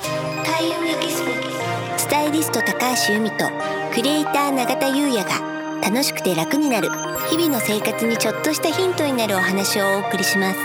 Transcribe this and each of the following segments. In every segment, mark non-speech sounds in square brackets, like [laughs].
田優也キススタイリスト高橋由美とクリエイター永田優也が楽しくて楽になる日々の生活にちょっとしたヒントになるお話をお送りします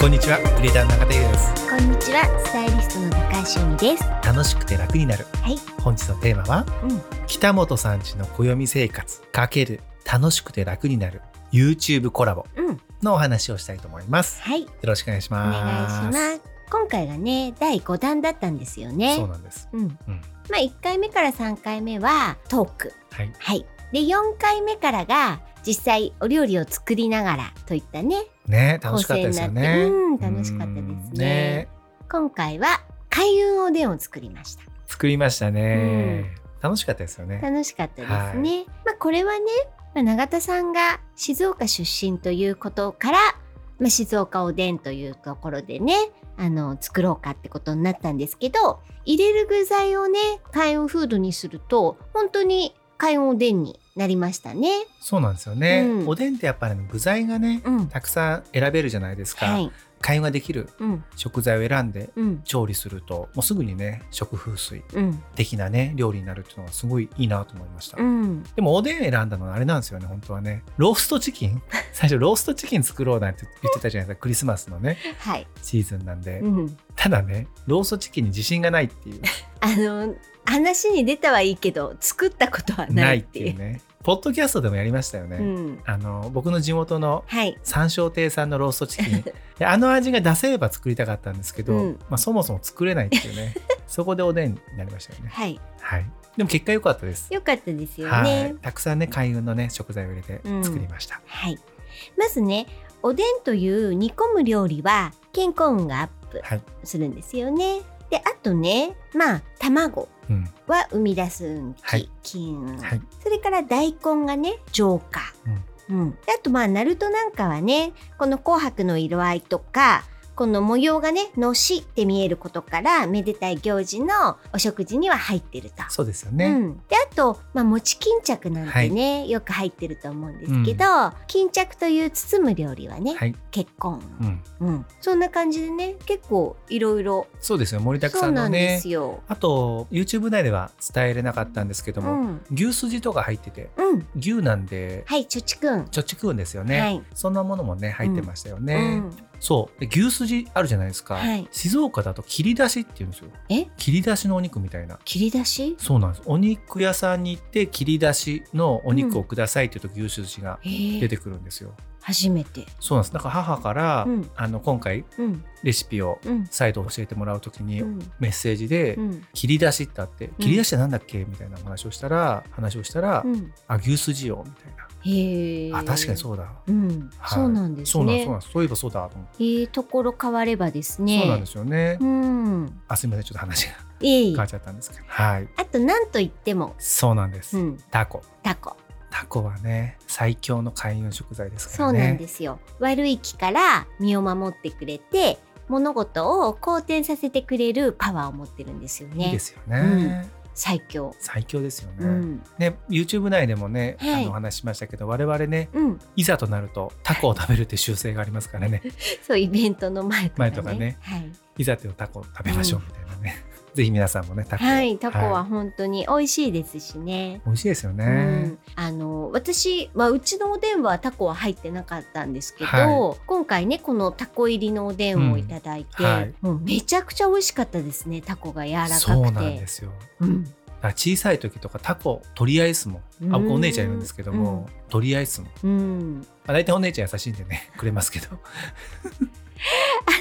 こんにちは、クリエイターの中田優です。こんにちはスタイリストの高橋由美です楽しくて楽になる。はい本日のテーマは、うん北本さんちの暦生活×楽しくて楽になる YouTube コラボうんのお話をしたいと思います。はいよろしくお願いしお願います。します今回がね第5弾だったんですよねそうなんです。うんうんまあ1回目から3回目はトークはい。はいで4回目からが実際お料理を作りながらといったねね、楽しかったですよ構成ね。になってうん楽しかったですねうんね今回は開運おでんを作りました作りましたね。楽しかったですよね。楽しかったですね、まあこれはね、まあ、永田さんが静岡出身ということから、まあ、静岡おでんというところでねあの作ろうかってことになったんですけど入れる具材をね開運フードにすると本当に開運おでんになりましたねそうなんですよね。うんおでんってやっぱり具材がね、うんたくさん選べるじゃないですか。はい会話できるうん食材を選んでうん調理するともうすぐにね食風水うん的なね料理になるっていうのはすごいいいなと思いました、うんでもおでん選んだのはあれなんですよね本当はねローストチキン [laughs] 最初ローストチキン作ろうなんて言ってたじゃないですかクリスマスのねはい、シーズンなんで、うん、ただねローストチキンに自信がないっていうあの話に出たはいいけど作ったことは [laughs] なないいっってていいううねポッドキャストでもやりましたよね、うんあの僕の地元のはい三笑亭さんのローストチキ [laughs] ンであの味が出せれば作りたかったんですけど、うんまあ、そもそも作れないっていうねそこでおでんになりましたよねはいはい。でも結果良かったです。よかったですよね、はい。たくさんね開運のね食材を入れてうん作りました。はい。まずね、おでんという煮込む料理は健康運がアップはい。するんですよね。で、あとね、まあ卵うん。は生み出す運気、はい金運、はい。それから大根がね、浄化。うん。であとまあナルトなんかはね、この紅白の色合いとか。この模様がね、のしって見えることから、めでたい行事のお食事には入ってると。そうですようね。ん、であと、まあ、餅巾着なんてね、よく入ってると思うんですけど、巾着という包む料理はね、はい。結婚、うん。うんそんな感じでね結構いろいろそうですよ盛りだくそさうんなのんでねす。よ。あと YouTube 内では伝えれなかったんですけうども、ん、牛すじとか入っててうん、牛なんではいちょちくん、ちょっち食うんですよね、はいそんなものもね入ってましたようね。ん、そうで牛すじあるじゃないですか、はい静岡だと切り出しって言うんですよえ切り出しのお肉みたいな切り出しそうなんですお肉屋さんに行って切り出しのお肉をくださいって言うと牛すじがえ出ー、てくるんですよ。初めて。そうなんですだから母から、うんあの今回うんレシピをうん再度教えてもらう時にうんメッセージでうん「切り出し」ってあって「切り出しってなんだっけ?」みたいな話をしたら話をしたらうん「あ牛すじよ」みたいなへー「あ確かにそうだ」う、んはいそうなんですそうなんでねすそうなんですそういえばそうだと思って、えー、ところ変わればですねそうなんですすよね、うんあすみませんちょっと話がいえい変えわっちゃったんですけどはいあとなんといっても、そうなんです、うん、タコタコタコはね最強の開運食材ですかそらうねなんですよ、悪い気から身を守ってくれて物事を好転させてくれるパワーを持ってるんですよねいいですよね、うん最強最強ですよね、うん、ね YouTube 内でもね、はいあのお話ししましたけど我々ねうん、いざとなるとタコを食べるって習性がありますか [laughs] らねそうイベントの前とかね前とかねはい、いざというタコを食べましょうみたいなね、ぜひ皆さんもねタコをはい、タコは本当に美味しいですしね、美味しいですよね、うん、あの私、まあ、うちのおでんはタコは入ってなかったんですけど、は今回ねこのタコ入りのおでんをいただいて、うんはいもうめちゃくちゃ美味しかったですねタコが柔らかくてそうなんですようんだから小さい時とかタコとりあえずもあうん僕お姉ちゃんいるんですけども、とりあえずも、まうんあ、大体お姉ちゃん優しいんでねくれますけどあ [laughs]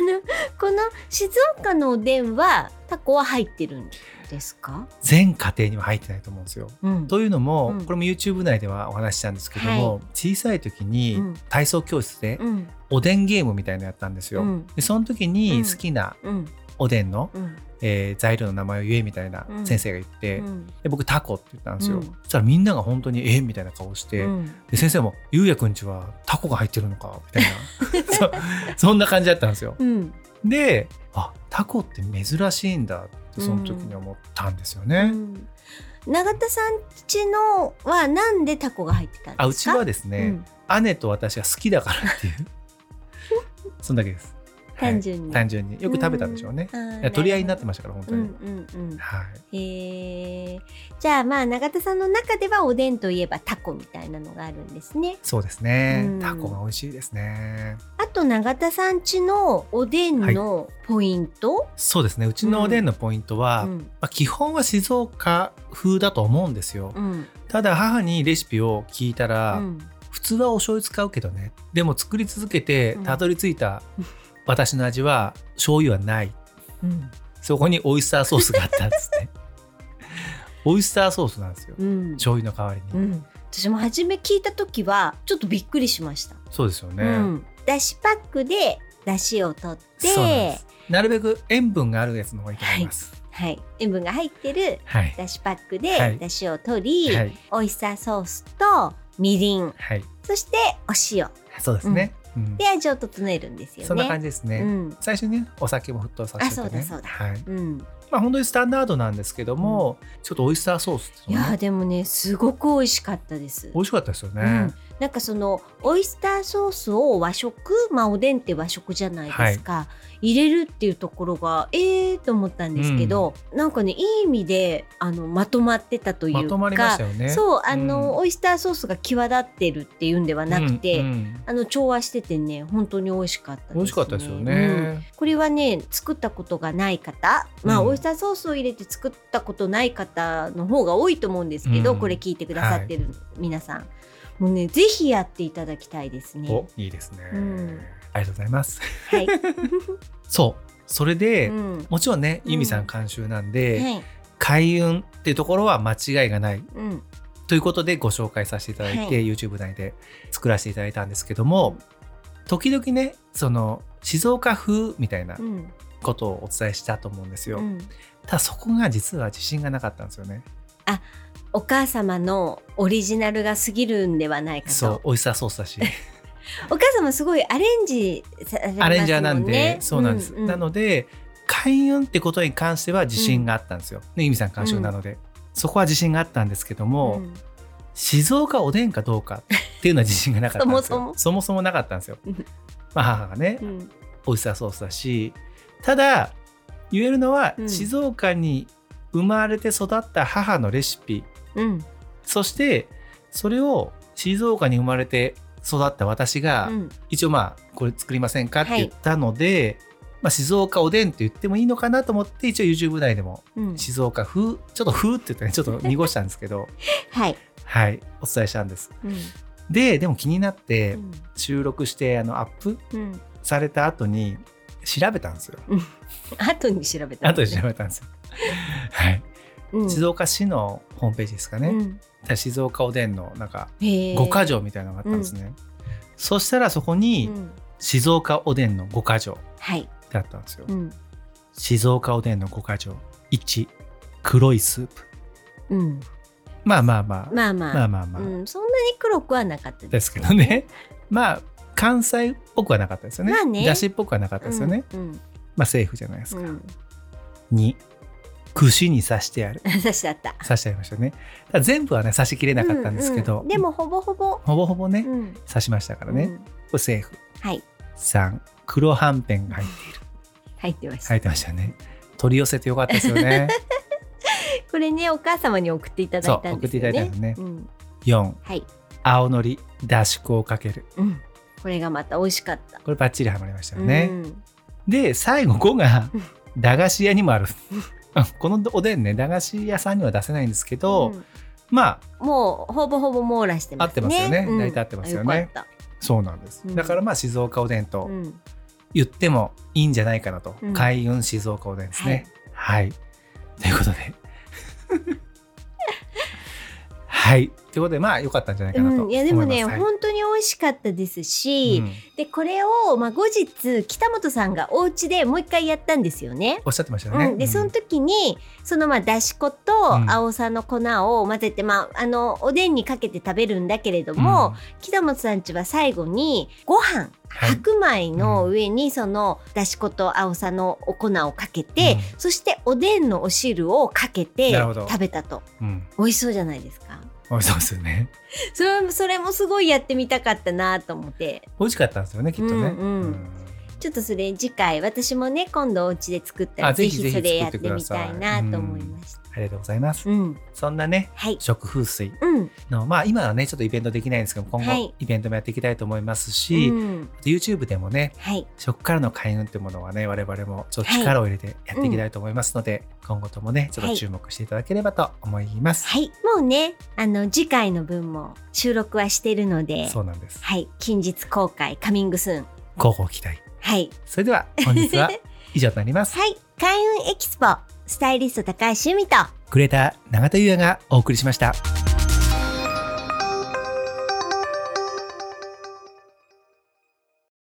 のこの静岡のおでんはタコは入ってるんですか？全家庭には入ってないと思うんですよ。うんというのも、うんこれも YouTube 内ではお話ししたんですけども、小さい時にうん体操教室でうんおでんゲームみたいなのやったんですよ。うんでその時に好きなうんおでんの、うんえー材料の名前を言えみたいなうん先生が言って、うんで僕タコって言ったんですよ、うんそしたらみんなが本当にえーみたいな顔して、うんで先生も「ゆうやくんちはタコが入ってるのか」みたい [laughs] なそそんな感じだったんですよ。うんであタコって珍しいんだってその時に思ったんですよね。うん永田さん家のはなんでタコが入ってたんですか？あう [laughs] ちはですね、姉と私が好きだからっていうそんだけです。単純に。単純によく食べたんでしょうね、いや取り合いになってましたから本当うんに、うんうん。はいへえ。じゃあまあ永田さんの中ではおでんといえばタコみたいなのがあるんですね。そうですね、うんタコが美味しいですねあと永田さんちのおでんのポイント、そうですねうちのおでんのポイントは、うまんあ、基本は静岡風だと思うんですよ、うんただ母にレシピを聞いたら、うん普通はお醤油使うけどねでも作り続けてうんたどり着いた私の味は醤油はないうんそこにオイスターソースがあったんです [laughs] ねオイスターソースなんですようん醤油の代わりに、うん私も初め聞いた時はちょっとびっくりしました。そうですよね、うん、だしパックでだしを取ってそうなんですなるべく塩分があるやつの方がいいと思いますはい、塩分が入ってるはいだしパックはでいだしを取り、はいオイスターソースとみりんはいそしてお塩そうですね、うんで味を整えるんですよね。そんな感じですね、うん最初にねお酒も沸騰させあて、ね、そうだそうだはいうん、まあ本当にスタンダードなんですけども、ちょっとオイスターソースっていいうのやねーでもねすごく美味しかったです。美味しかったですよね、うん、なんかそのオイスターソースを和食まあおでんって和食じゃないですか、入れるっていうところがええー、と思ったんですけど、なんかねいい意味であのまとまってたというかまとまりましたよねそうあの、うんオイスターソースが際立ってるっていうんではなくて、うんうんあの調和しててね本当に美味しかったです、ね、美味しかったですようんね、これはね作ったことがない方、まあ、うんオイスターソースを入れて作ったことない方の方が多いと思うんですけど、うんこれ聞いてくださってる皆さん、もうねぜひやっていただきたいですね。おいいですね、うんありがとうございますはい、 [laughs] そうそれで、うんはもちろんねうん由美さん監修なんで、い、開運っていうところは間違いがないうん、ということでご紹介させていただいて、はい YouTube 内で作らせていただいたんですけども時々ねその静岡風みたいなうん、ことをお伝えしたと思うんですよ、うん、ただそこが実は自信がなかったんですよねお母様のオリジナルが過ぎるんではないかと。そうオイスターソース [laughs] だしお母様すごいアレンジされますもんね。アレンジャーなんで、そうなんです、うなので開運ってことに関しては自信があったんですよ、ね、由美さん監修なので、そこは自信があったんですけども、うん静岡おでんかどうかっていうのは自信がなかったんです [laughs] よそもそもそもそもなかったんですようんまあ母がねうんオイスターソースだしただ言えるのは、うん静岡に生まれて育った母のレシピうんそしてそれを静岡に生まれて育った私が、うん一応まあこれ作りませんかって言ったので、まあ、静岡おでんって言ってもいいのかなと思って一応 YouTube 内でもうん、静岡風ちょっと風って言ってねちょっと濁したんです [laughs] けどはい、はいお伝えしたんですうんででも気になってうん収録してあのアップうん、された後に調べたんですよ後に調べたん後でです調ね、べたんですよはい、うん静岡市のホームページですかね、うん静岡おでんのなんかへえ五箇条みたいなのがあったんですね、そしたらそこにうん静岡おでんの五箇条はい、ってあったんですよ、うん静岡おでんの五箇条1黒いスープうん、まあまあまあ、まあまあ、まあまあまあ、うん、そんなに黒くはなかったですすけどね [laughs] まあ関西っぽくはなかったですよね,、まあねだしっぽくはなかったですよね、うんまあセーフじゃないですうか、んうん、 2串に刺し [laughs] てやる私だった刺してやりましたねただ全部はね刺しきれなかったんですけど、うんうんでもほぼほぼ、ほぼほぼね、うん刺しましたからね、うこんれセーフはい3黒はんぺんが入って入ってました、入ってましたね取り寄せてよかったです [laughs] よねこれねお母様に送っていただいたんですよねそう送っていただいたのねうん、 4はい、青のりだし粉をかけるうん、これがまた美味しかったこれバッチリはまりましたよね、うんで最後5がうん駄菓子屋にもある [laughs] このおでんね駄菓子屋さんには出せないんですけど、うんまあもうほぼほぼ網羅してますね合ってますよねうん大体合ってますよねあよかっそうなんです、うんだからまあ静岡おでんた、とうん、言ってもいいんじゃないかなと、うん開運静岡おでんですねはい、ということではいということでまあ良かったんじゃないかなと思うん、います、いやでもねはい本当に美味しかったですし、うんでこれを、まあ、後日北本さんがお家でもう一回やったんですよね。おっしゃってましたよね、うん、でうんその時にそのまあだし粉とうん青さの粉を混ぜて、まあ、あのおでんにかけて食べるんだけれども、うん北本さんちは最後にご飯はい白米の上にそのだし粉と青さのお粉をかけて、うそしておでんのお汁をかけてなるほど食べたとうん、 [laughs] 美味しそうじゃないですか美味しそうですよねそれもそれもすごいやってみたかったなと思って美味しかったんですよねきっとね、うんうんちょっとそれ次回私もね今度お家で作ったらあぜぜひひそれやってぜひみ作ったていくださいなと思いました。ありがとうございます。うん、そんなね、はい、食風水うん、の、まあ今はね、ちょっとイベントできないんですけど、今は後いイベントもやっていきたいと思いますし、うん、あと YouTube でもね、はい、食からの開運ってものはね、我々もちょっと力を入れてやっていきたいと思いますので、今後ともね、ちょっと注目していただければと思います。はい、もうねあの次回の分も収録はしてるので、そうなんです。はい、近日公開カミングスーン。広報期待。はい、それでは本 [laughs] 日は以上となります。はい、開運エキスポスタイリスト高橋由美とクレーター永田優也がお送りしました。